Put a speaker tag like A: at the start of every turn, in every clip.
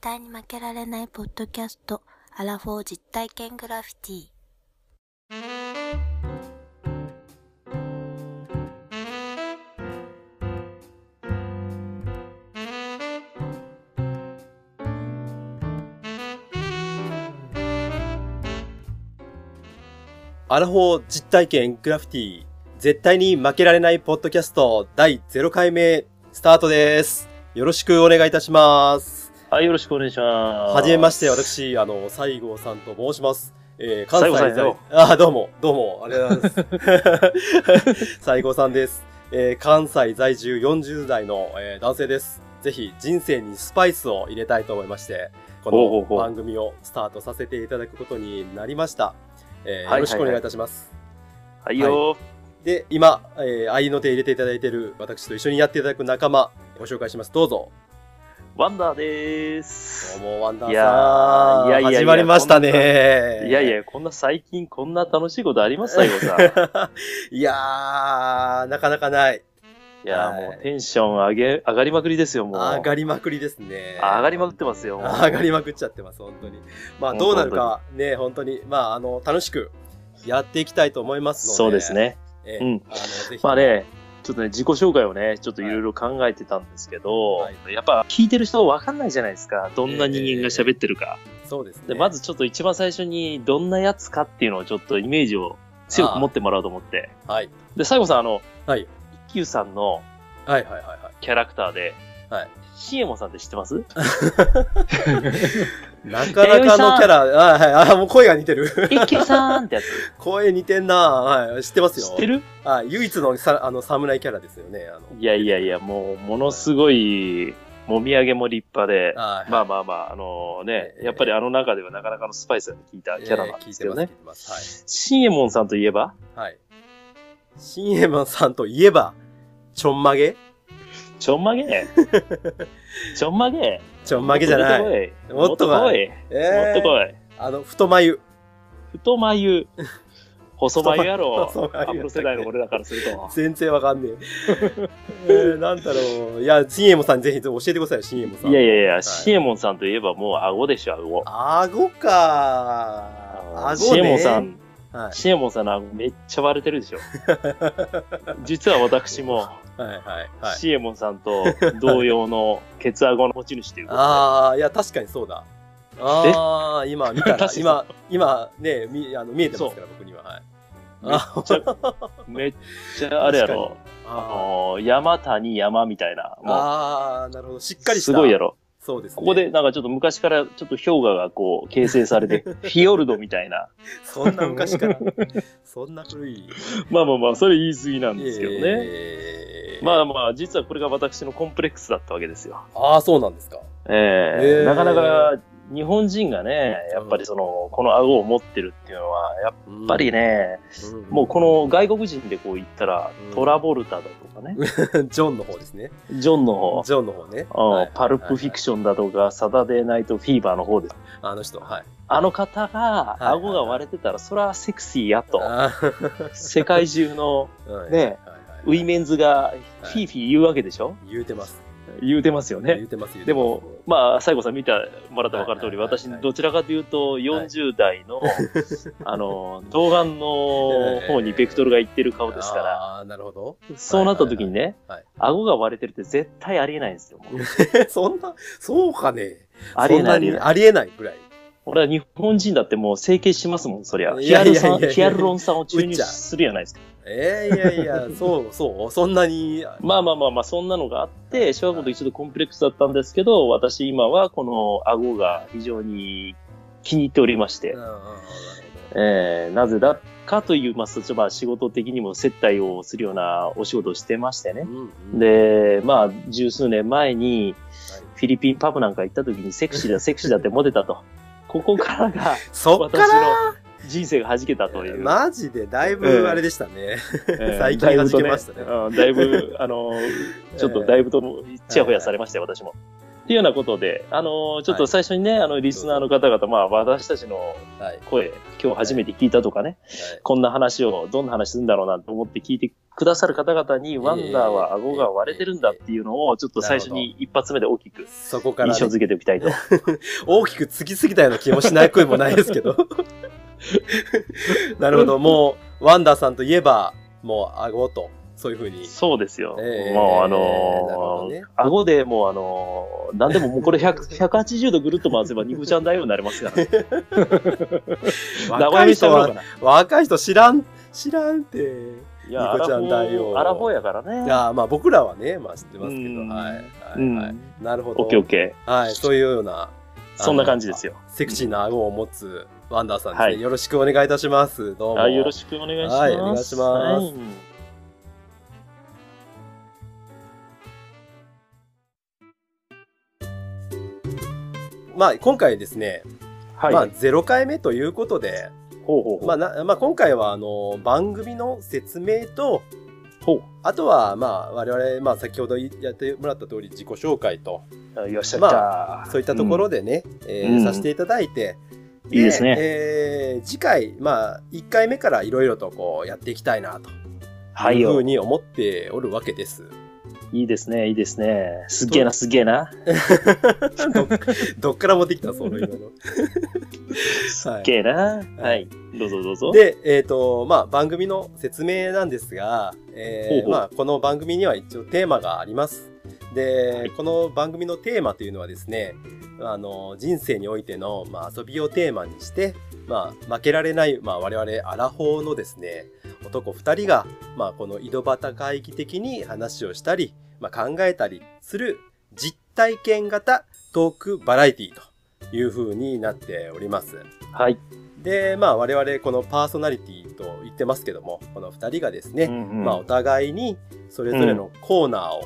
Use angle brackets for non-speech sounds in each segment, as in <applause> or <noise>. A: 対に負けられないポッドキャスト、アラフォー実体験グラフィティ。
B: アラフォー実体験グラフィティ、絶対に負けられないポッドキャスト第0回目、スタートです。よろしくお願いいたします。
C: はい、よろしくお願いします。
B: はじめまして、。私、あの、西郷さんと申します。えー、関西
C: 西郷さん
B: 在
C: よ
B: あ、どうも、どうも、ありがとうござい
C: <laughs>
B: ます。西郷さんです。えー、関西在住40代の、えー男性です。ぜひ人生にスパイスを入れたいと思いまして、
C: ほうほう
B: この
C: ほう
B: 番組をスタートさせていただくことになりました。えー
C: はい
B: よろしくお願いいたします。
C: はいよ、
B: で、今、えー、愛の手入れていただいている私と一緒にやっていただく仲間、ご紹介します。どうぞ。
C: ワンダーでー
B: どう
C: す。
B: も、ワンダー
C: いや
B: さん。
C: ーいやいやいや
B: 始まりましたね。
C: いやい。や、こんな最近こんな楽しいことあります最後さん。
B: <laughs>
C: い
B: いやー、なかなかない。
C: や、
B: はい
C: もうテンション上げ、上がりまくりですよ、もう。
B: 上がりまくりですね。
C: 上がりまくってますよ。もう
B: 上がりまくっちゃってます、本当に。まあ、どうなるか、ね、本当に、まあ、あの、楽しくやっていきたいと思いますので。
C: そうです。ね。
B: え
C: うん
B: あの、ぜひ。
C: まあね、ちょっとね、自己紹介をね、ちょっといろいろ考えてたんですけど、
B: はい
C: やっぱ聞いてる人わかんないじゃないですか。どんな人間が喋ってるか。
B: そうですね。
C: で、まずちょっと一番最初に、どんなやつかっていうのをちょっとイメージを強く持ってもらおうと思って。
B: はい。
C: で、最後さん、あの、
B: はい。
C: 一休さんの
B: はいはいはいは
C: キャラクターで、
B: はい。
C: シエモさんって知ってます
B: い。なかなかのキャラ、あ、はい、あ、もう声が似てる。
C: 一休さん
B: <laughs>
C: ってやつ。
B: 声似てんなはい、知ってますよ。
C: 知ってる
B: はい、唯一のさあの侍キャラですよね。あの
C: いやいやいや、もう、ものすごい、もみあげも立派で、
B: はい、
C: まあまあまあ、あのね、
B: ええ
C: やっぱりあの中ではなかなかのスパイスが効いたキャラなん
B: えー聞
C: で
B: い
C: す
B: て
C: けど
B: ます、聞い
C: ね
B: て。ます。
C: シエモンさんといえば、
B: はい。はい。新右衛門さんといえば、ちょんまげ
C: ちょんま
B: <laughs>
C: げ。ちょんまげ。
B: ちょんまげじゃない。
C: い。
B: も
C: も
B: っと
C: っと
B: 来
C: 来
B: い
C: い。
B: え
C: もっと来い。
B: あの、太眉。<laughs>
C: 太眉。細眉やろ
B: 細眉やったっ。け
C: アムロ世代の俺らからすると。
B: <laughs> 全然わかんねえ。えー、なんだろう。いや、新右衛門さんぜひ教えてくださいよ、新右衛門さん。
C: いやい
B: や。
C: やいや、シエモンさんといえばもう顎でしょ、顎。
B: 顎か顎ね。
C: シエモンさ。ん、
B: は
C: シエモンさんの顎めっちゃ割れて
B: <laughs>
C: るでしょ。実は私も、
B: い。はいはいはい。
C: シエモンさんと同様のケツ顎の持ち主ということで。
B: ああ、いや、確かにそうだ。ああ、今見たら
C: <laughs> 確、かに
B: 今、今ね、みあの見えてますから、僕には。はい。あ
C: めっちゃあれやろ。あ
B: あ
C: のー山谷山みたいな。
B: ー、あーなるほど。しっかりした。
C: すごいや。ろ。
B: そうですね。
C: ここで、なんかちょっと昔からちょっと氷河がこう形成さ
B: <laughs>
C: れて、フィヨルドみたいな。
B: そんな昔
C: <laughs>
B: から。そんな古い。
C: まあまあまあ、それ言い過ぎなんですけどね。
B: ね
C: まあまあ、実はこれが私のコンプレックスだったわけですよ。
B: あ、ああ、そうなんですか。
C: え
B: え
C: え
B: ー
C: なかなか日本人がね、やっぱりその、この顎を持ってるっていうのは、やっ
B: やっ
C: ぱり、ね、もうこの外国人でこう言ったら
B: うん、
C: トラボルタだとかね、
B: の、 <laughs> ジョンの方ですね。
C: ジョンの方、
B: ジョンの方ね。
C: うん
B: はい
C: パルプフィクションだとか、サタデーナイトフィーバーの方です。
B: あの人、はい。
C: あの方が
B: いはい
C: 顎が割れてたら、それはセクシーやと。
B: あー <laughs>
C: 世界中の
B: はい
C: ね
B: はいはい
C: ウィメンズがフィーフィー言うわけでしょ、
B: 言うてます。
C: 言うてますよ
B: 言
C: ね
B: う。てます、言うてます
C: でも、まあ、西郷さん見てもらったら分かる通り、
B: はいはいはい
C: 私、どちらかというと、40
B: <laughs>
C: 代の、あの、童顔の方にベクトルがいってる顔ですから、
B: ああ、なるほど。
C: そうなった時にね
B: はいはいはい、
C: 顎が割れてるって絶対ありえないんですよ。もう
B: <laughs> そんな、そうかね。
C: ありえない、ありえ
B: そん
C: ない。
B: にありえないぐらい。
C: 俺は日本人だってもう整形しますもん、そりゃ。
B: い
C: ヒ
B: やいや
C: アル
B: いや
C: さん
B: いやいや
C: ヒアルロン酸を注
B: うっ
C: 入
B: ちゃ
C: するじゃないですか。
B: えー、いやいや、
C: <laughs>
B: そうそう、そんなに。
C: まあまあまあまあ、そんなのがあって、小学校の時ちょっとコンプレックスだったんですけど、私今はこの顎が非常に気に入っておりまして
B: うん、うんうんなる
C: えーなぜだかという、まあ、そっちはまあ仕事的にも接待をするようなお仕事をしてましてね
B: ほ。どうんうん
C: で、まあ、十数年前に
B: はい
C: フィリピンパブなんか行った時にセクシーだ、セクシーだってモテたと。ここか
B: <laughs>
C: らが
B: そっか
C: 私
B: ら、
C: の人生が弾けたという。
B: マジでだいぶあれでしたね。
C: えー
B: 最近弾けましたね <laughs>
C: だいぶとうんだいぶ、あの、ちょっとだいぶとも、ちやほやされましたよ、私も。っていうようなことで、あのーちょっと最初にね、あの、リスナーの方々、まあ、私たちの
B: はい。
C: 声、今日初めて聞いたとかね、こんな話を、どんな話するんだろうなと思って聞いてくださる方々に、ワンダーは顎が割れてるんだっていうのを、ちょっと最初に一発目で大きく
B: そこから
C: 印
B: ね、
C: 象付けておきたいと。
B: 大きくつきすぎたような気もしない声もないですけど。 <laughs> なるほど。もう、ワンダーさんといえば、もう、顎と、そういうふうに。
C: <laughs> そうですよ。
B: ええ
C: もうあ
B: なるほど
C: のー
B: ね
C: 顎でもうあのー、なんでももうこれ100 180度ぐるっと回せば肉ちゃんだよになりますから、ね。名
B: <laughs> 若
C: 前
B: い
C: にして
B: 人
C: もらお
B: は、
C: うかな。
B: 若い人知らん、知らんって。
C: いや、ア
B: ニコ
C: ラ
B: ち
C: フ
B: ゃん
C: ォ
B: だよ
C: ー、アラフォーやからね。
B: いや、まあ僕らはね、まあ知ってますけ
C: う
B: ど、
C: ん
B: はい。は
C: う
B: い、は
C: ん。
B: い。なるほど。
C: オッケーオッケ
B: はい、そういうような。
C: ー。そんな感じです
B: よ。
C: よ。
B: セクシーな顎を持つワンダーさんですね。
C: はい
B: よろしくお願いいたします。どうも。
C: あよろしくお願いします。
B: はいお願いします
C: はい
B: まあ今回ですね、
C: はい。
B: まあ0回目ということで、
C: ほうほうほう。
B: まあなまあ今回はあの、番組の説明と、
C: ほう
B: あとは、まあ、我々、まあ、先ほどいやってもらった通り、自己紹介と、
C: あよっしゃ、
B: まあ
C: じゃあ。
B: そういったところでね、えー
C: うん
B: させていただいて、
C: うんいいですね
B: えー次回、まあ、1回目からいろいろとこう、やっていきたいな、と
C: はいいう
B: ふう
C: よ。
B: に思っておるわけです。
C: いいですね、いいですね。すっげえな、すっげえな。
B: <laughs> どどっから持ってきた、その今の。
C: すっげえな。はい。どうぞどうぞ。
B: で、えっ、と、まあ、番組の説明なんですが、えー
C: ほうほう
B: まあ、この番組には一応テーマがあります。で、
C: はい
B: この番組のテーマというのはですね、あの、人生においての、まあ、遊びをテーマにして、まあ、負けられない、まあ、我々、アラフォーのですね、男二人が、まあ、この井戸端会議的に話をしたり、まあ、考えたりする実体験型トークバラエティという風になっております。
C: はい。
B: で、まあ我々このパーソナリティと言ってますけども、この二人がです
C: う
B: ね、
C: んうん
B: まあお互いにそれぞれのコーナーを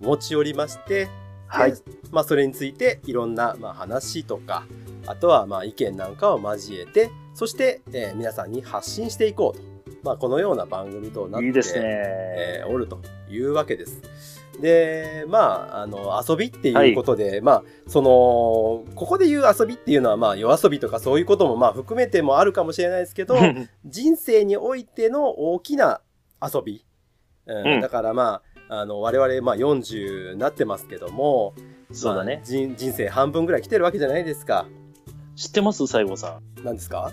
B: 持ち寄りまして、
C: はい
B: で。まあそれについていろんな、まあ、話とか、あとはまあ意見なんかを交えて、そして、えー皆さんに発信していこうと。まあこのような番組となって
C: いいですね。
B: えーおるというわけです。で、まあ、あの、遊びっていうことで、まあ、その、ここで言う遊びっていうのは、まあ、夜遊びとかそういうことも、まあ、含めてもあるかもしれないですけど、人生においての大きな遊び。うん
C: うん
B: だから、まあ、あの、我々、まあ、40になってますけども、
C: <laughs> そうだ
B: ま
C: ね
B: あ。人人生半分ぐらい来てるわけじゃないですか。
C: 知ってます西郷さ
B: なんですか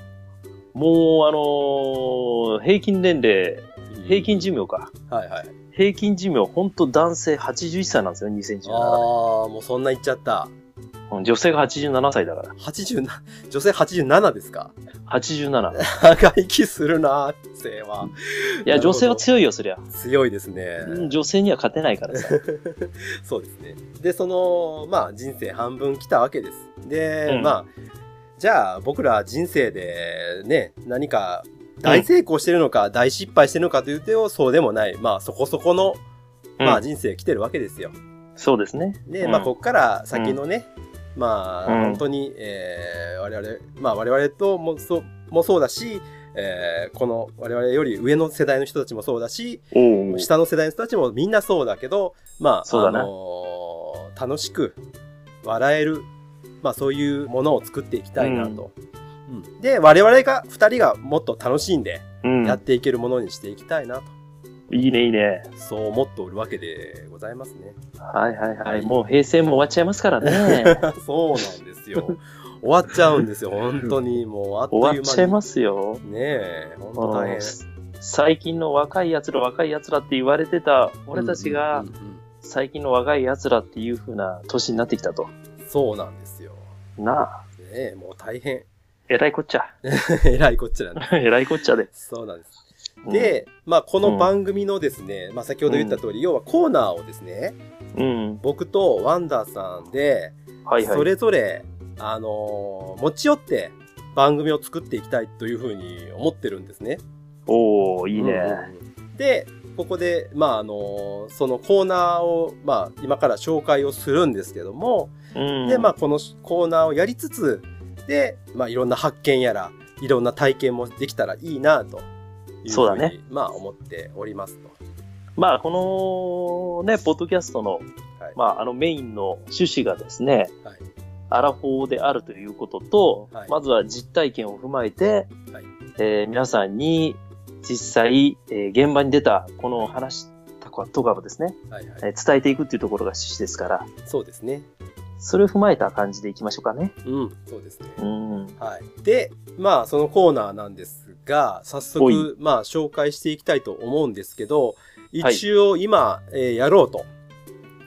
C: ん。もう、あのー平均年齢、平均寿命か。
B: はいはい。
C: 平均寿命、本当男性81歳なんですよ、
B: あ
C: 2017
B: あー、もうそんな言っちゃった。
C: 年。女性が87歳だから。
B: 87、女性87ですか <laughs>
C: 87。
B: 長生きするな、女性は。
C: いや、女性は強いよ、そりゃ。
B: 強いですね。
C: うん女性には勝てないか
B: <laughs>
C: らさ。
B: そうですね。で、その、まあ、人生半分来たわけです。で、
C: うん
B: まあ、じゃあ、僕ら人生でね、何か大成功してるのか、大失敗してるのかというと、そうでもない、まあ、そこそこの、ま
C: う
B: あ、
C: ん
B: 人生来てるわけですよ。
C: そうですね。
B: で、まあ、
C: うん
B: こっから先のね、まあ、
C: うん
B: 本当に、えー我々、まあ、我々ともそう、もそうだし、えーこの我々より上の世代の人たちもそうだし、
C: おう
B: 下の世代の人たちもみんなそうだけど、まあ、
C: そうだな
B: あのー楽しく笑える、まあそういうものを作っていきたいなと。うんで、我々が、二人がもっと楽しんで
C: うん
B: やっていけるものにしていきたいなと、
C: いいね、いいね。
B: そう思っておるわけでございますね。 <laughs>
C: はいはい
B: は
C: はいい。もう平成も終わっちゃいますからね。
B: <laughs> そうなんです
C: <laughs>
B: よ。終わっちゃうんですよ、本当に。もうあっという間に。
C: 終わっちゃいますよ。
B: ねえ、本当大変。
C: 最近の若い奴ら、若い奴らって言われてた、俺たちが
B: うんうんうん
C: 最近の若い奴らっていう風な年になってきたと。
B: うんそうなんですよ。
C: なあ、
B: ねえ、もう大変。 <laughs>
C: えらいこっちゃ。 <laughs>
B: えらいこっちゃなんです。
C: えらいこっちゃで。
B: そうなんです。で、まあ、この番組のですね、まあ、先ほど言った通り、要はコーナーをですね、
C: うん、うん。
B: 僕とワンダーさんで、
C: はいはい。
B: それぞれ、あのー持ち寄って番組を作っていきたいというふうに思ってるんですね。
C: おおいいね。
B: うんうんで、ここで、まあ、あのーそのコーナーを、まあ、今から紹介をするんですけども、
C: うん。
B: で、まあ、このコーナーをやりつつ、で、まあ、いろんな発見やら、いろんな体験もできたらいいなというふに。
C: そうだね。
B: まあ、思っておりますと。
C: まあ、このね、ポッドキャストの
B: はい
C: まあ、あのメインの趣旨がですね、
B: はい
C: アラフォーであるということと、
B: はい
C: まずは実体験を踏まえて、
B: はい
C: えー皆さんに実際、えー現場に出たこの話したことがですね、
B: はいはい
C: えー伝えていくっていうところが趣旨ですから、
B: そうですね
C: それを踏まえた感じでいきましょうかね。
B: うんそうですね <laughs>
C: うん。
B: はい、でまあそのコーナーなんですが早
C: ほ
B: 速
C: い
B: まあ紹介していきたいと思うんですけど
C: はい
B: 一応今、えーやろうと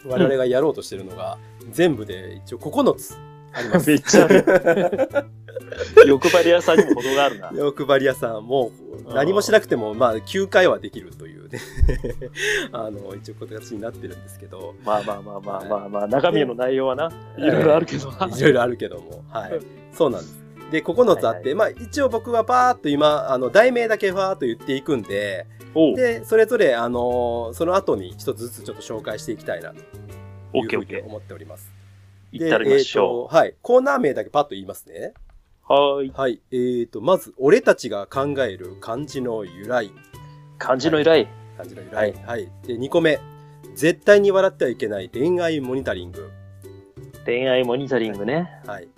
B: 我々がやろうとしてるのが、全部で一応9つありま <laughs> す
C: めっちゃある。欲張り屋さんにも程があるな。
B: 欲張り屋さんもう何もしなくてもまあ9回はできるというね <laughs> あの一応形になってるんですけど
C: まあまあまあまあまあまあ、中身の内容はな、いろいろあるけど。
B: いろいろあるけども、はい、そうなんです。で、9つあって、まあ一応僕はバーっと今、あの、題名だけバーっと言っていくんで、
C: <laughs> おう
B: で、それぞれ、あのーその後に一つずつちょっと紹介していきたいなという
C: オッケ
B: ふう
C: ーオッ
B: に
C: ケー。
B: 思っております。
C: 行ったりましょ
B: う、えーとはい。コーナー名だけパッと言いますね。
C: う。はーい。
B: はい。えーと、まず、俺たちが考える漢字の由来。
C: 漢字の依頼。
B: 漢字の由来。はい。で、2個目。絶対に笑ってはいけない恋愛モニタリング。
C: 恋愛モニタリングね。
B: はい。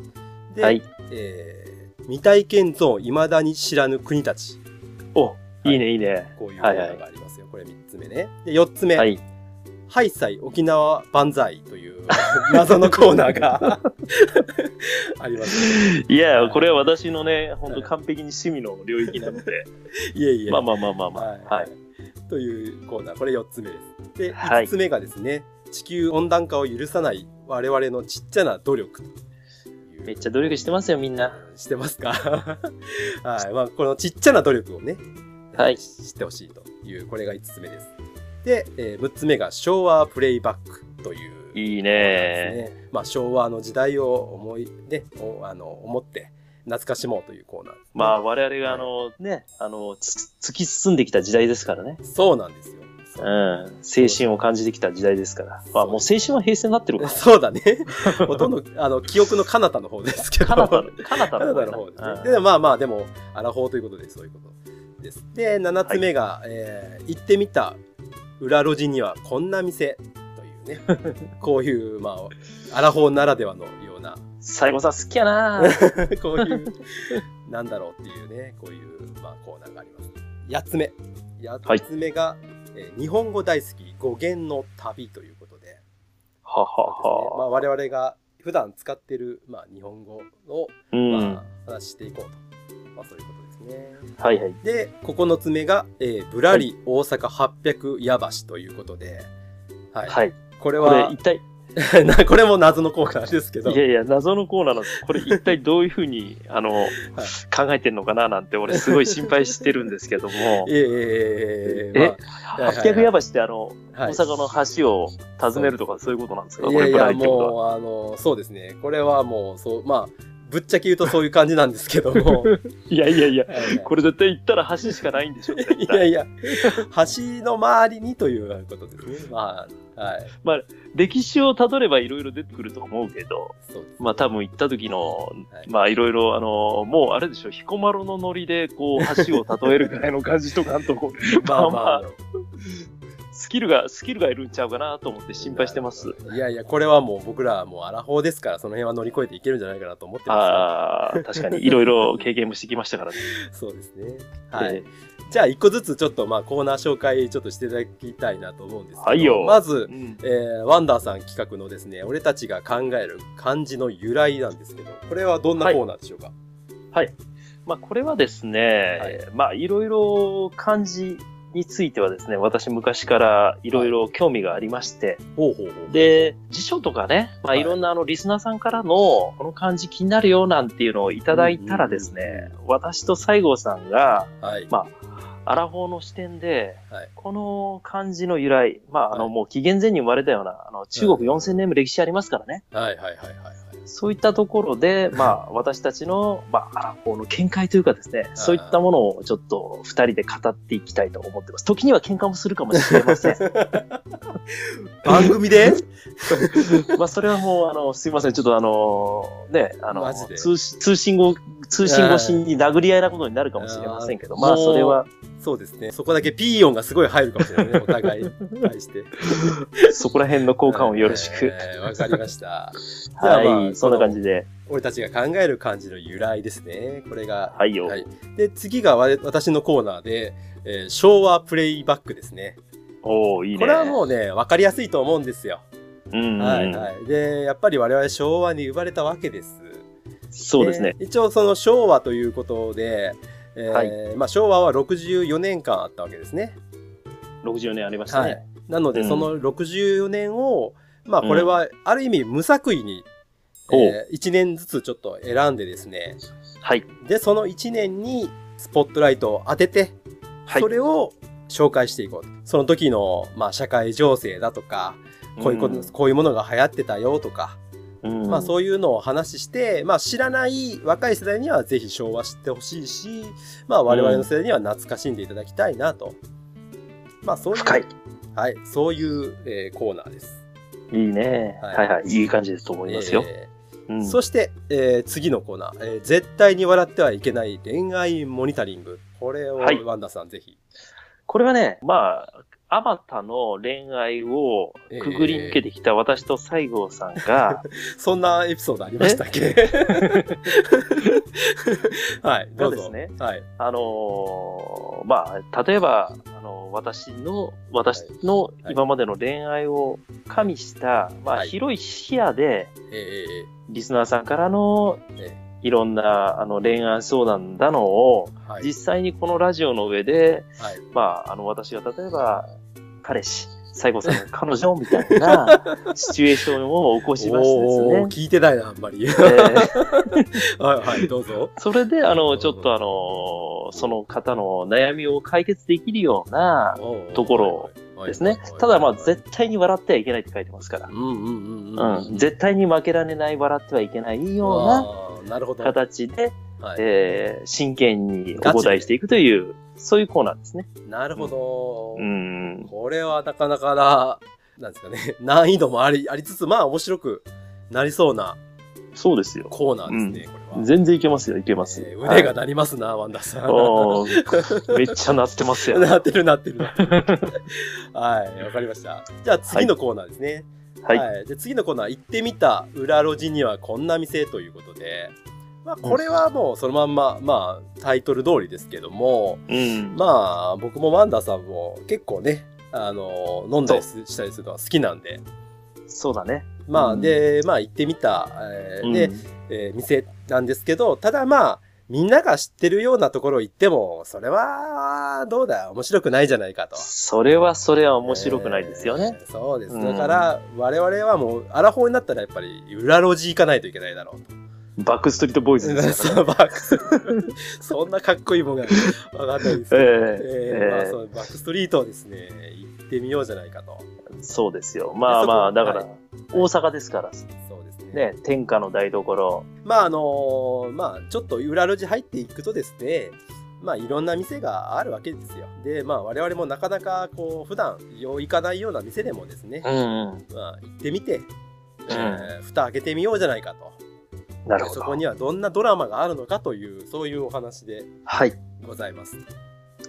B: で、
C: はい。
B: えー未体験ゾーン未だに知らぬ国たち。
C: お、いいね、いいね。
B: こういうも
C: は
B: の
C: いはい
B: がありますよ。これ3つ目ね。で、4つ目。
C: はい。
B: ハイサイ沖縄万歳という <laughs> 謎のコーナーが <laughs> あります。
C: いや、これは私のね、本当完璧に趣味の領域なので、
B: いえいえ。
C: まあまあまあまあま
B: はい、
C: あ。はい。
B: というコーナー、これ4つ目です。で、
C: はい
B: 5つ目がですね、地球温暖化を許さない我々のちっちゃな努力という
C: めっちゃ努力してますよ、みんな。
B: してますか <laughs> はい。まあ、このちっちゃな努力をね、
C: はい
B: 知ってほしいという、これが5つ目です。で、え6つ目が昭和プレイバックという。
C: い
B: です
C: いね。
B: ね。まあ、昭和の時代を思い、ね、おあの、思って、懐かしもうというコーナーです、ね。
C: まあ、我々があの、ね、あの、つ突き進んできた時代ですからね。
B: そうなんですよ。
C: う
B: そ
C: ん
B: う。
C: 青春を感じてきた時代ですから。まあ、もう青春は平成になってる <laughs> か
B: <laughs>
C: ら。
B: そうだね。ほとんど、あの、記憶の彼方の方ですけど。
C: カナダの、カナダ
B: カナ
C: の
B: ダ
C: 方
B: の
C: だ
B: 方です
C: な
B: ね。で、まあまあ、でも、アラフォーということで、そういうことです。で、7つ目が、えー行ってみた裏路地にはこんな店というね、 <laughs> こういう、まあ、アラフォーならではのような、 <laughs>
C: うん最後さん好きやな
B: こういう、なんだろうっていうね、こういう、まあ、コーナーがあります。8つ目。8つ目が、えー日本語大好き語源の旅ということで、
C: はは
B: そうですねま
C: は。 <laughs>
B: あ、我々が普段使ってる、まあ、日本語を
C: う
B: ま
C: ん。
B: あ、話していこうと、まあ、そういうことですね。
C: はいはい。
B: で、9つ目が、えー、ぶらり大阪800矢橋ということで、はい。
C: はい。
B: これ
C: これ
B: は、
C: 一体、
B: なこれも謎の効果ですけど、。
C: いやいや、謎のコーナーなんです。これ一体どういうふうに、あの、考えてんのかななんて、俺すごい心配してるんですけども
B: <laughs> えー、
C: え、
B: まあ
C: 八百屋橋ってあの、
B: まあはい
C: 大阪の橋を訪ねるとかそういうことなんですか
B: い
C: こ
B: や
C: れ
B: い
C: ぶら
B: や、
C: りってことは。
B: もう、あの、そうですね。これはもう、そう、まあ、ぶっちゃけ言うとそういう感じなんですけども。
C: <laughs> いやいやいや、
B: はい
C: これ絶対行ったら橋しかないんでしょ、
B: <laughs> い
C: 絶
B: や
C: 対。
B: いや、橋の周りにということですね。まあ、はい。
C: 歴史をたどればいろいろ出てくると思うけど、
B: そうです。
C: まあ多分行った時の、
B: はい
C: まあいろいろあの、もうあれでしょ、彦摩呂のノリでこう橋を例えるぐらいの感じとかあんとこう、
B: まあまあ、
C: スキルが、スキルがいるんちゃうかなと思って心配してます。。
B: いやいや、これはもう僕らはもうアラフォーですから、その辺は乗り越えていけるんじゃないかなと思ってま
C: ああ、確かにいろいろ経験もしてきましたからね。
B: す。そうですね。 <laughs> はい。
C: え
B: じゃあ、一個ずつちょっとまあコーナー紹介ちょっとしていただきたいなと思うんですけど、
C: はいよ
B: ま
C: ー
B: ず
C: う、ん
B: えーワンダーさん企画のですね、俺たちが考える漢字の由来なんですけど、これはどんなコーナーでしょうか、
C: まあ、これはですね、
B: い
C: まあ、いろいろ漢字についてはですね、私昔からいろいろ興味がありまして、
B: ほうほうほう。
C: で、辞書とかね、まあ、
B: はい
C: いろんなあの、リスナーさんからの、この漢字気になるよなんていうのをいただいたらですね、私と西郷さんが、
B: はい。
C: まアラフォーの視点で、
B: はい
C: この漢字の由来、まあ、あの、
B: はい
C: もう紀元前に生まれたような、あの、中国4000年も歴史ありますからね。
B: はいはいはいはいはい。
C: そういったところで、まあ、私たちの、まあ、アラフォーの見解というかですね、そういったものをちょっと二人で語っていきたいと思ってます。時には喧嘩もするかもしれ
B: <laughs>
C: ません。
B: 番組で
C: まあ、それはもう、あの、すいません。ちょっとあの、ね、あの
B: マジで、
C: 通信通信後、通信越しに殴り合いなことになるかもしれませんけど、
B: いやー
C: まあ、それは、
B: そうですね。そこだけピーヨンがすごい入るかもしれないね。お互いに対
C: <laughs>
B: して。
C: そこら辺の交換をよろしく。
B: えーわ、かりました。じゃあまあ
C: はい、そんな感じで。
B: 俺たちが考える漢字の由来ですね。これが。
C: はいよ。
B: で、次がわ私のコーナーで、えー昭和プレイバックですね。
C: おおいいね。
B: これはもうね、わかりやすいと思うんですよ。
C: うんうん、
B: はいはい。で、やっぱり我々昭和に生まれたわけです。
C: そうですね。
B: えー一応その昭和ということで、えー
C: は
B: まあ、昭和は64年間あったわけですね。
C: 60年ありました
B: は
C: ね。
B: い、なので、
C: うん
B: その64年を、まあ、これはある意味無作為に、
C: おう
B: え1年ずつちょっと選んでですね、
C: はい。
B: で、その1年にスポットライトを当てて、
C: はい
B: それを紹介していこうと。その時の、まあ、社会情勢だとか、こういうこと、こういうものが流行ってたよとか、
C: うん、
B: まあ
C: う
B: そういうのを話して、まあ知らない若い世代にはぜひ昭和知ってほしいし、まあ我々の世代には懐かしんでいただきたいなと。まあそうい
C: ん
B: う、
C: 深い。
B: はい、そういう、えーコーナーです。
C: いいね。
B: は
C: はいい、はい、い。い感じですと思いますよ。
B: え
C: うん、
B: ーそして、えー次のコーナー、えー絶対に笑ってはいけない恋愛モニタリング。これを、
C: はい
B: ワンダさんぜひ。
C: これはね、まあ、あまたの恋愛をくぐり抜けてきた私と西郷さん
B: <laughs>
C: が、
B: そんなエピソードありましたっけ <laughs> はい、どうぞ。
C: そうですね
B: はい。
C: あのーまあ、例えば、あの私の、私の
B: はい
C: 今までの恋愛を加味した、まあ、
B: はい
C: 広い視野で、
B: えーえ
C: リスナーさんからの
B: ーえーえ
C: いろんなあの恋愛相談だのを、
B: ーはい。
C: 実際にこのラジオの上で、
B: はい
C: まあ、あの、私が例えば、彼氏、西郷さん
B: <laughs>
C: が彼女みたいなシチュエーションを起こしましてです
B: おー
C: ね。
B: 聞いてないな、あんまり。 <laughs>
C: えー
B: はい、はい、どうぞ。
C: それで、あ
B: <laughs>
C: の、ちょっとあの、その方の悩みを解決できるようなところですね。ただ、まあ、絶対に笑ってはいけないって書いてますから。
B: うんうんうんうん。
C: うん。絶対に負けられない、笑ってはいけないような
B: あーなるほど。はい
C: 形で、えー真剣にお答えしていくという、そういうコーナーですね。
B: なるほど
C: う。ん。
B: これはなかなかな、なんですかね、 <laughs> 難易度もあり、ありつつ、まあ、面白くなりそうな
C: そうですよ。
B: コーナーですね、これは。
C: 全然いけますよ、いけます。
B: えー腕が鳴りますな、ワンダさ <laughs> ん。
C: お
B: <laughs>
C: ーめっちゃなってますよ。
B: 鳴ってる、鳴ってる、鳴ってる。はい、わかりました。じゃあ、次のコーナーですね。
C: はい。
B: はい、で次のコーナー行ってみた裏路地にはこんな店ということで、まあ、これはもうそのまんま、まあ、タイトル通りですけども
C: うん。
B: まあ僕もワンダーさんも結構ねあの飲んだりすしたりするのは好きなんで
C: そうだね。
B: まあ、
C: うん
B: でまあ行ってみた、えー
C: うん
B: で、えー店なんですけどただまあみんなが知ってるようなところ行ってもそれはどうだ面白くないじゃないかと。
C: それはそれは面白くないですよね。
B: えーそうです。
C: うん
B: だから、我々はもう、アラフォーになったらやっぱり、裏路地行かないといけないだろうと。
C: バックストリートボーイズです
B: <laughs> そ
C: よ、ね。
B: うバックスそんなかっこいいもんがわかんないですけ
C: え
B: ど。
C: え
B: え
C: え
B: ー
C: え
B: まあ、そうバックストリートをですね、行ってみようじゃないかと。
C: そうですよ。ま
B: で
C: あ
B: そこ
C: まあ、だから、
B: はい
C: 大阪ですから、
B: そうですね。
C: ね、天下の台所。
B: まあ、あのーまあ、ちょっと裏路地入っていくとですね、まあ、いろんな店があるわけですよ。で、まあ、我々もなかなか、こう、普段、よう行かないような店でもですね、
C: ん、うん。
B: まあ、行ってみて、えー蓋開けてみようじゃないかと。
C: なるほ
B: そこ
C: ど。
B: にはどんなドラマがあるのかという、そういうお話で
C: はい。
B: ございます。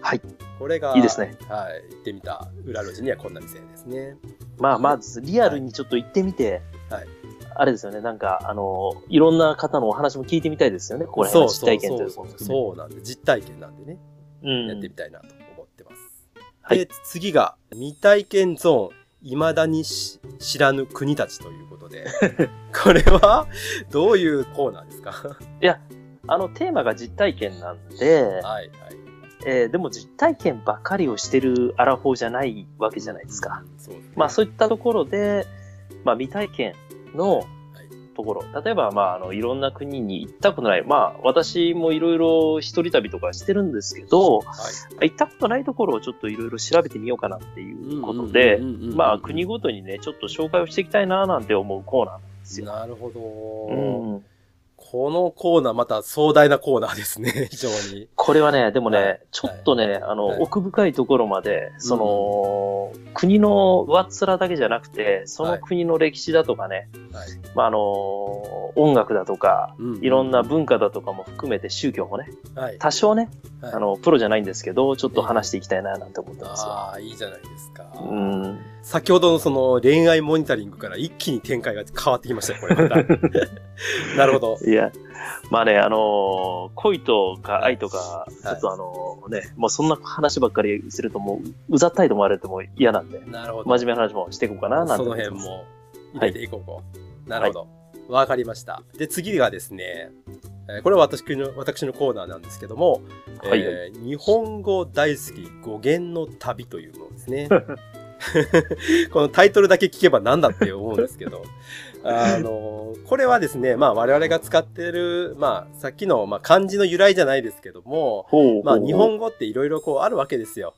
C: はい。
B: これが、
C: いいですね。
B: はい。行ってみた裏路地にはこんな店ですね。
C: まあまず、リアルにちょっと行ってみて、
B: はい
C: あれですよね、なんか、あの、いろんな方のお話も聞いてみたいですよね、ここら辺の実体験と
B: そ
C: いううこ
B: そうそ
C: と
B: うそう
C: ですね
B: そうなんで、実体験なんでね、
C: うん
B: やってみたいなと思ってます。
C: はい
B: で、次が、未体験ゾーン、未だにし知らぬ国たちということ
C: <laughs>
B: で、これは、どういうコーナーです
C: <laughs>
B: か
C: いや、あの、テーマが実体験なんで、
B: はい、はい。
C: えーでも実体験ばかりをしてるアラフォーじゃないわけじゃないですか。
B: うん。そうですね
C: まあそういったところで、まあ未体験のところ、例えばまああのいろんな国に行ったことない、まあ私もいろいろ一人旅とかしてるんですけど、
B: はい
C: 行ったことないところをちょっといろいろ調べてみようかなっていうことで、
B: うんうんうんうん
C: まあ国ごとにね、ちょっと紹介をしていきたいななんて思うコーナーなんですよ。
B: なるほど、
C: うん。
B: ここのコーナー、また壮大なコーナーですね、非常に。
C: これはね、でもね、
B: はい
C: ちょっとね、
B: はい
C: あの、
B: はい
C: 奥深いところまで、その、国の上っ面だけじゃなくて、その国の歴史だとかね、
B: はい。
C: まあ、あの、音楽だとか、
B: うん
C: いろんな文化だとかも含めて宗教もね、
B: はい。
C: 多少ね、
B: はい
C: あの、プロじゃないんですけど、ちょっと話していきたいななんて思ってますよ。
B: ああ、いいじゃないですか。
C: うん。
B: 先ほどのその恋愛モニタリングから一気に展開が変わってきましたよ、これまた。なるほど。
C: いや、まあね、あの恋とか愛とか、ちょ
B: はい
C: っとあのね、もうそんな話ばっかりするともう、うざったいと思われても嫌なんで、
B: なるほど。
C: 真面目な話もしていこうかな、なんて
B: その
C: 思って
B: 辺
C: ます。
B: も入れていこうこう。なるほど。わ、かりました。で、次がですね、えーこれは私の私のコーナーなんですけども、
C: はい
B: えー日本語大好き語源の旅というものですね。 <laughs> このタイトルだけ聞けばなんだって思うんですけ
C: <laughs>
B: ど、あの、これはですね、まあ我々が使ってる、まあさっきの、まあ、漢字の由来じゃないですけども、
C: ほう
B: まあ
C: ほう
B: 日本語っていろいろこうあるわけですよ。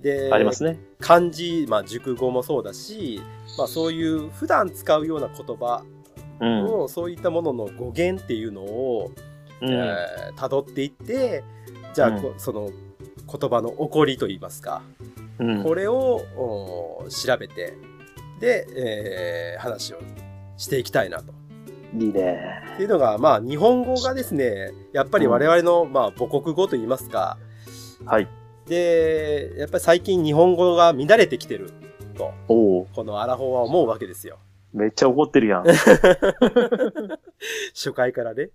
B: で、
C: ありますね。
B: 漢字、まあ、熟語もそうだし、まあ、そういう普段使うような言葉
C: うん。
B: の、そういったものの語源っていうのを
C: う
B: たど、
C: ん。
B: えー辿っていってじゃあ、
C: うん
B: こその言葉の起こりといいますか
C: うん
B: これを、お調べてで、えー話をしていきたいなと。
C: いいね。
B: っていうのが、まあ、日本語がですねやっぱり我々の、まあ、母国語といいますか
C: はい。
B: でやっぱり最近日本語が乱れてきてると
C: おお、
B: このアラフォーは思うわけですよ。
C: めっちゃ怒ってるやん。
B: 初回から
C: <laughs>
B: ね。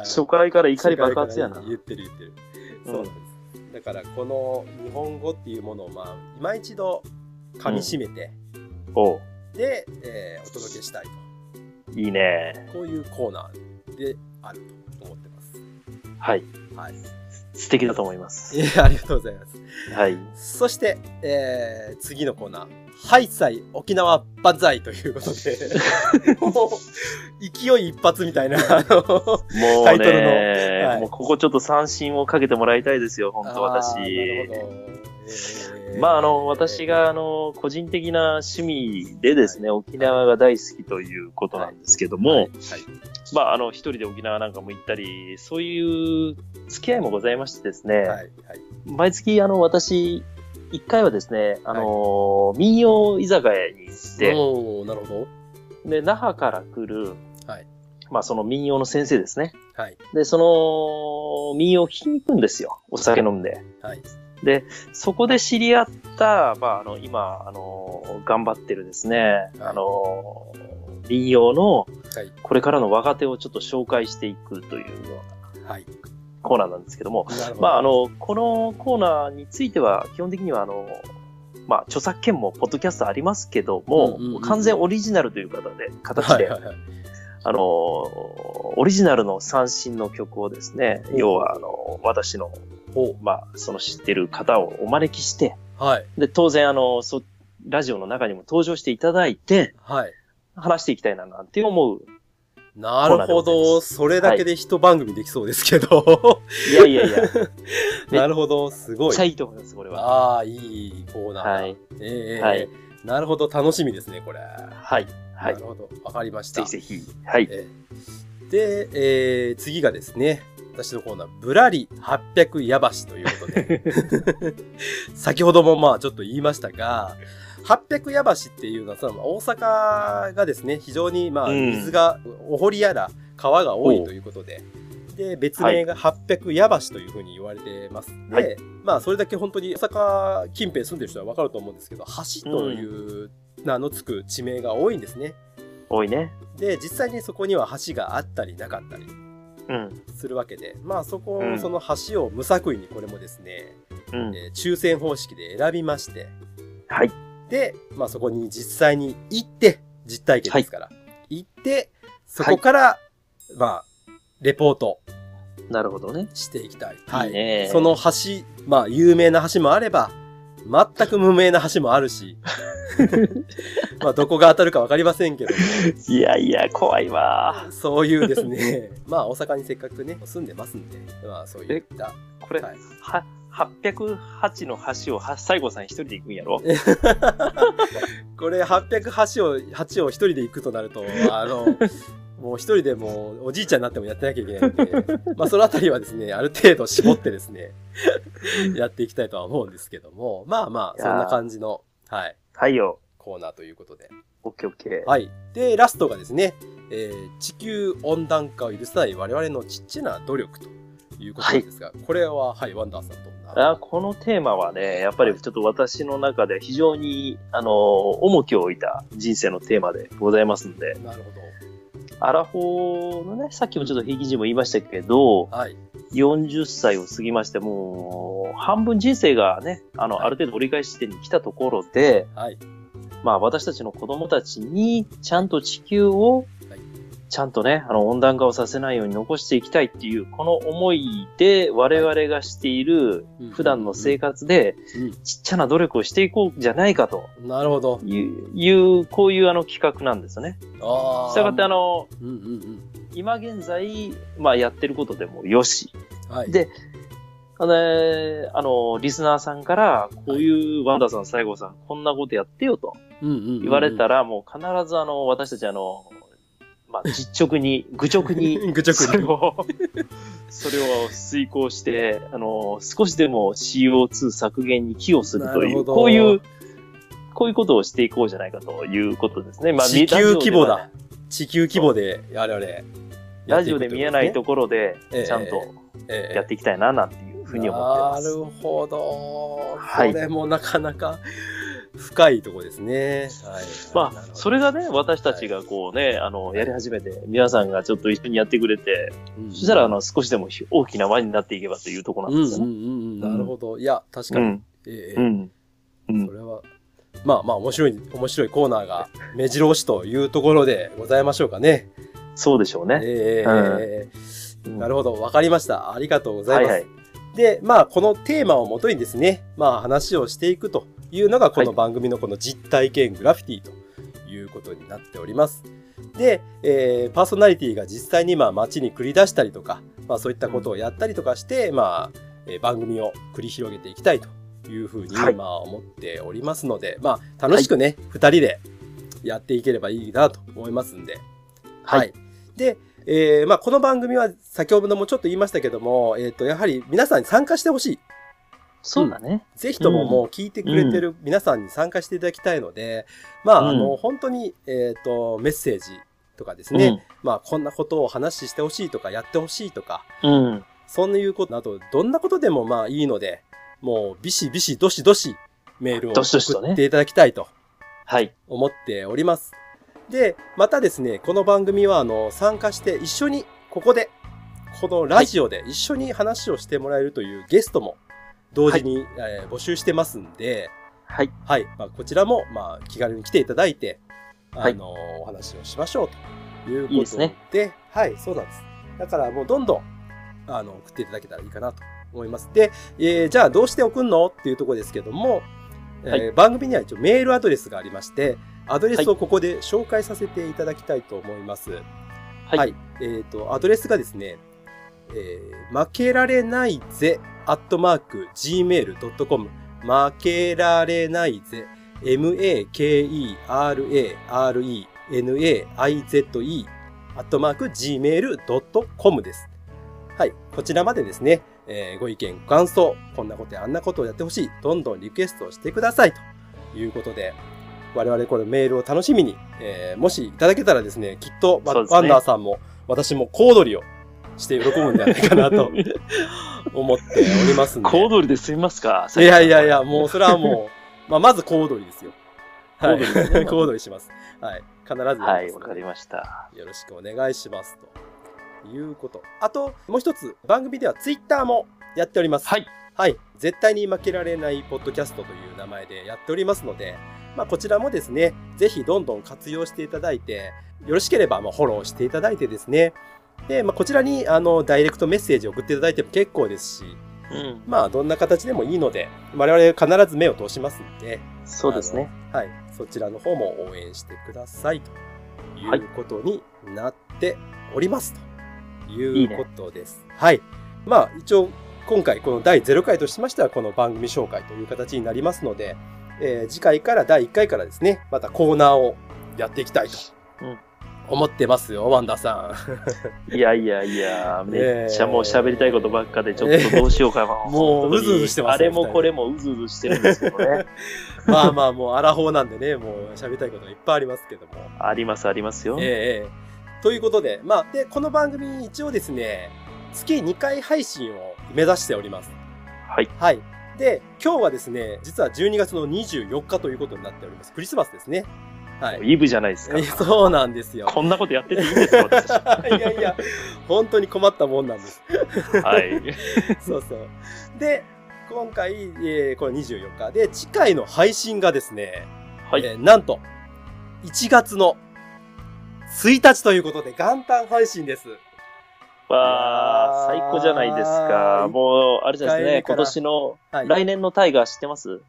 C: 初回から怒り爆発や
B: 初
C: な
B: 回から。言ってる言ってる。
C: う
B: そう
C: ん
B: なんです。だからこの日本語っていうものをまあ今一度噛み締めて、
C: おう
B: で、えーお届けしたい
C: いいね。
B: とこういうコーナーであると思ってます。
C: はい。
B: はい。
C: 素敵だと思います。
B: いやありがとうございます。
C: はい。
B: そして、えー次のコーナー。ハイサイ沖縄万歳ということ
C: <laughs>
B: で、もう勢い一発みたいな、あの、
C: も
B: タ
C: う
B: イトルの
C: ね、
B: はい
C: もうここちょっと三振をかけてもらいたいですよ、本当私。
B: あーなるほどえー
C: まあ、あの、私が、あの、個人的な趣味でですね、沖縄が大好きということなんですけども、
B: はいはい
C: まあ、あの、一人で沖縄なんかも行ったり、そういう付き合いもございましてですね、
B: はいはい
C: 毎月、あの、私、一回はですね、あの、民謡居酒屋に行って、
B: おーなるほ
C: で、那覇から来る、
B: はい
C: まあ、その民謡の先生ですね。
B: ど。はい。
C: で、その、民謡を聞きに行くんですよ。お酒飲んで。
B: はい。
C: そこで知り合った、まあ、あの、今、あの、頑張ってるですね、あの、民謡の、
B: はい。
C: これからの若手をちょっと紹介していくというような
B: はい。
C: コーナーなんですけども、
B: なるほど。
C: まあ、あ、の、このコーナーについては、基本的には、あの、まあ、著作権もポッドキャストありますけども、
B: うんうんうん
C: 完全オリジナルという形で、形で、
B: はいはいはい。
C: あの、オリジナルの三振の曲をですね、
B: お
C: 要は、あの、私の、をまあ、その知ってる方をお招きして、
B: はい。
C: で、当然、あの、そ、ラジオの中にも登場していただいて、
B: はい。
C: 話していきたいな、なんて思う。
B: なるほど。それだけで一番組できそうですけど。
C: いやいや
B: <laughs>
C: いや、めっ
B: なるほど。すごい
C: ちゃ。いいと思います、これは。
B: ああ、いいコーナーだ。
C: はい。
B: ええ
C: はい
B: なるほど。楽しみですね、これ。は
C: はい。はい
B: なる。ほど。わかりまし
C: ぜ
B: た。
C: ひぜひ。はい。
B: ええで、えー次がですね、私のコーナー、ぶらり800やばしということで、
C: <laughs>
B: 先ほどもまあちょっと言いましたが、800やばしっていうのはその大阪がですね、非常にまあ
C: うん
B: 水が、お堀やら川が多いということで、で、別名が800やばしというふうに言われてます。で、
C: はい
B: まあそれだけ本当に大阪近辺住んでる人はわかると思うんですけど、橋という名のつく地名が多いんですね。
C: 多いね。
B: で実際にそこには橋があったりなかったり
C: うん。
B: するわけでまあそこ、
C: うん
B: その橋を無作為にこれもですね、
C: うん。
B: えー抽選方式で選びまして
C: はい。
B: で、まあ、そこに実際に行って実体験ですから、行ってそこから、まあレポート
C: なるほどね。
B: していきたい、
C: いいね
B: その橋まあ有名な橋もあれば全く無名な橋もある
C: <laughs>
B: しまあどこが当たるかわかりませんけども
C: いやいや、怖いわ。
B: そういうですね、 <laughs> まあ大阪にせっかくね、住んでますんで、まあそういった。
C: <laughs> これ、
B: はい
C: は、808の橋をは西郷さん一人で行くんやろ
B: <laughs> これ808を、8を一人で行くとなると、あの、もう一人でもうおじいちゃんになってもやってなきゃいけないん <laughs> で、まあそのあたりはですね、ある程度絞ってです <laughs> ね、やっていきたいとは思うんですけども、まあまあ、そんな感じの、はい、
C: はいよ。
B: コーナーということで。
C: オッケーオッケー。
B: はい。で、ラストがですね、えー地球温暖化を許さない我々のちっちゃな努力ということなんですが、これは、はい、ワンダーさんどんな。
C: あこのテーマはね、やっぱりちょっと私の中で非常に、あの、重きを置いた人生のテーマでございますんで、
B: なるほ
C: アラフォーのね、さっきもちょっと平均人も言いましたけど、
B: ど。はい。
C: 40歳を過ぎまして、もう、半分人生がね、あの、
B: はい
C: ある程度折り返し地点に来たところで、
B: はい。
C: まあ私たちの子供たちに、ちゃんと地球を
B: はい、
C: ちゃんとね、あの、温暖化をさせないように残していきたいっていう、この思いで、我々がしている
B: うん、
C: 普段の生活で、ちっちゃな努力をしていこうじゃないかと
B: なるほど。
C: いう、いうこういうあの企画なんですね。
B: ああ。
C: したがってあ、の、
B: うんうんうん。
C: 今現在、まあやってることでもよし、
B: はい。
C: で、あのー、あのリスナーさんから、こういうワンダーさん、西郷さん、こんなことやってよと
B: うんうんうんうん
C: 言われたら、もう必ずあの、私たちあの、まあ、実直に、愚直
B: <laughs>
C: に、
B: 愚直に
C: それを、それを遂行して、あの、少しでも CO2 削減に寄与すると
B: ないるほ
C: う、
B: ど
C: こういう、こういうことをしていこうじゃないかということですね。まあ、
B: 地球規模だ
C: ラジオではね。
B: 地球規模で、我々やっていくということですね、
C: ラジオで見えないところで、
B: ええ
C: ちゃんと
B: ええ、
C: やっていきたいな、なんていうふうに思ってます。
B: なるほど。
C: はい
B: これもなかなか深いとこですね。はい。
C: まあ、それがね、私たち
B: は
C: がこうね、あの、やり始めて、皆さんがちょっと一緒にやってくれて、
B: い、うん
C: そしたら、あの、少しでも大きな輪になっていけばというところ
B: う
C: なん
B: んうん
C: です
B: う
C: よね。
B: んうん。なるほど。いや、確
C: う
B: かに。
C: ん、
B: ええ
C: う
B: え
C: ん、う
B: えそ
C: ん。
B: れは、まあまあ、面白い、面白いコーナーが目白押しというところでございましょうかね。
C: そうでしょうね。
B: ええ
C: うん
B: ええ
C: うん
B: なるほど。わかりました。ありがとうござ
C: はいい
B: ます。
C: はい。
B: で、まあ、このテーマをもとにですね、まあ、話をしていくというのが、この
C: はい
B: 番組のこの実体験グラフィティということになっております。で、えーパーソナリティが実際に、まあ、街に繰り出したりとか、まあ、そういったことをやったりとかして、まあ、えー番組を繰り広げていきたいというふうに、
C: はい
B: まあ、思っておりますので、まあ、楽しくね、二人でやっていければいいなと思いますんで、
C: はい。
B: で、えーまあ、この番組は先ほどもちょっと言いましたけども、えっ、と、やはり皆さんに参加してほしい。
C: そうだね。
B: ぜひとも
C: うん
B: もう聞いてくれてる皆さんに参加していただきたいので、まあ、あの、
C: うん
B: 本当に、えっ、と、メッセージとかです
C: うん
B: ね、まあ、こんなことを話してほしいとか、やってほしいとか、
C: うん。
B: そんないうことなど、どんなことでもまあいいので、もうビシビシ、どしどし、メールを
C: どしどしとね
B: 送っていただきたいと
C: はい。
B: 思っております。で、またですね、この番組はあの参加して一緒にここで、このラジオで一緒に話をしてもらえるというゲストも同時に、えー募集してますんで、
C: はい。
B: はい、まあ、こちらも、まあ、気軽に来ていただいて、
C: はい
B: あのお話をしましょうということで、
C: いいですね
B: はい、そうなんです。だからもうどんどんあの送っていただけたらいいかなと思います。で、えーじゃあどうして送るのっていうところですけども、えー
C: はい
B: 番組には一応メールアドレスがありまして、アドレスをここで紹介させていただきたいと思います。
C: はい
B: えっ、と、アドレスがですね、えー負けられないぜ、アットマーク、gmail.com、負けられないぜ、m-a-k-e-r-a-r-e-n-a-i-z-e、アットマーク、gmail.com です。はい。こちらまでですね、えーご意見、ご感想、こんなことやあんなことをやってほしい、どんどんリクエストをしてください、ということで、我々これメールを楽しみに、えーもしいただけたらですね、きっとワ,、
C: そうですね
B: ワンダーさんも私も小躍りをして喜ぶんじゃないかなと思っておりますんで。
C: <laughs> 小通りで済みますか
B: いやいやいや、もうそれはも
C: <laughs>
B: う、まあ、まず小躍りですよ。は
C: 小躍りですね
B: い。小躍りします。はい。必ずやります
C: はい、わかりました。
B: よろしくお願いします。ということ。あと、もう一つ、番組ではツイッターもやっております。
C: はい。
B: はい。絶対に負けられないポッドキャストという名前でやっておりますので、まあ、こちらもですね、ぜひどんどん活用していただいて、よろしければ、まあ、フォローしていただいてですね。で、まあ、こちらに、あの、ダイレクトメッセージを送っていただいても結構ですし、
C: うん。
B: まあ、どんな形でもいいので、我々必ず目を通しますので、
C: そうですね。
B: あの。はい。そちらの方も応援してくださいということになっておりますということです。はい。まあ、一応、今回この第0回としましては、この番組紹介という形になりますので、えー次回から第1回からですね、またコーナーをやっていきたいと
C: うん
B: 思ってますよ、ワンダさ <laughs>
C: いやいやいや、
B: ねえ
C: めっちゃもう喋りたいことばっかで、ちょっとどうしようか
B: ん。 <laughs>
C: な。
B: もう、うずうずしてます
C: あ
B: ね
C: れもこれもうずうずしてるんですけ
B: <laughs>
C: どね。
B: まあまあ、もう、アラフォーなんでね、もう、喋りたいことがいっぱいありますけども。
C: ありますありますよ。
B: ええええということで、まあ、で、この番組一応ですね、月2回配信を目指しております。
C: はい。
B: はい。で、今日はですね、実は12月の24日ということになっております。クリスマスですね。はい。
C: イブじゃないですか。
B: <laughs> そうなんですよ。
C: こんなことやってていいんですか、私た
B: <laughs> いやいや、本当に困ったもんなんです。
C: ち。
B: <laughs>
C: はい。
B: そうそう。で、今回、えーこれ24日。で、次回の配信がですね、
C: はい
B: えーなんと、1月の1日ということで、元旦配信です。
C: わあ、最高じゃないですか。もう、あれじゃないです
B: 一回目
C: ね、
B: から
C: 今年の、
B: はい。
C: 来年のタイガー知って <laughs> ます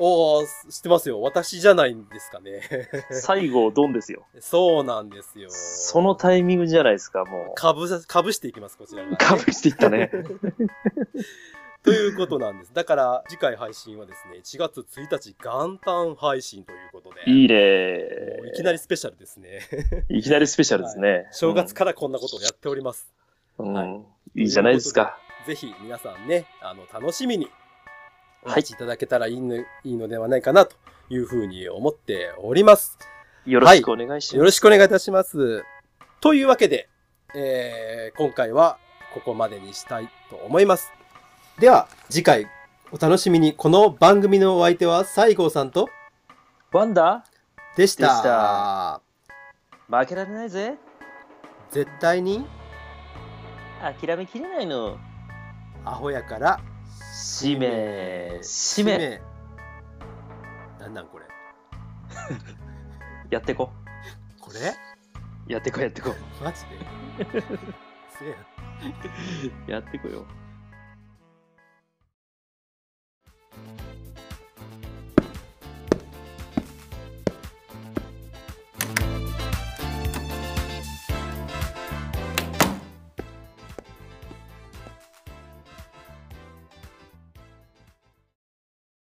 B: おー、知ってますよ。私じゃないんですかね。 <laughs>
C: 西郷ドンですよ。
B: そうなんですよ。
C: そのタイミングじゃないですか、も
B: かぶさ、かぶしていきます、こちら
C: う。
B: が。
C: かぶしていったね。 <laughs>
B: ということなんです。だから、次回配信はですね、1月1日元旦配信ということで。
C: いい
B: もうい
C: ね。
B: きなりスペシャルですね。 <laughs>
C: いきなりスペシャルですね。
B: 正月からこんなことをやっております。
C: うん、
B: はい
C: い、いじゃないですか。
B: ぜひ皆さんね、あの、楽しみにお
C: はい
B: 待ちいただけたらいいの,、い、いのではないかなというふうに思っております。
C: よろしくお願いし
B: よ
C: ま
B: ろしくお願いいたします。というわけで、えー今回はここまでにしたいと思います。では、次回お楽しみに。この番組のお相手は西郷さんと
C: す。ワンダ
B: でした。
C: でしたー負けられないぜ。
B: 絶対に
C: 諦めきれないの。
B: アホやから
C: しめ、しめ。。
B: なんなんこれ
C: やってこ。
B: これ
C: やってこ、やってこ。 <laughs>
B: マジでせやん
C: やってこよ。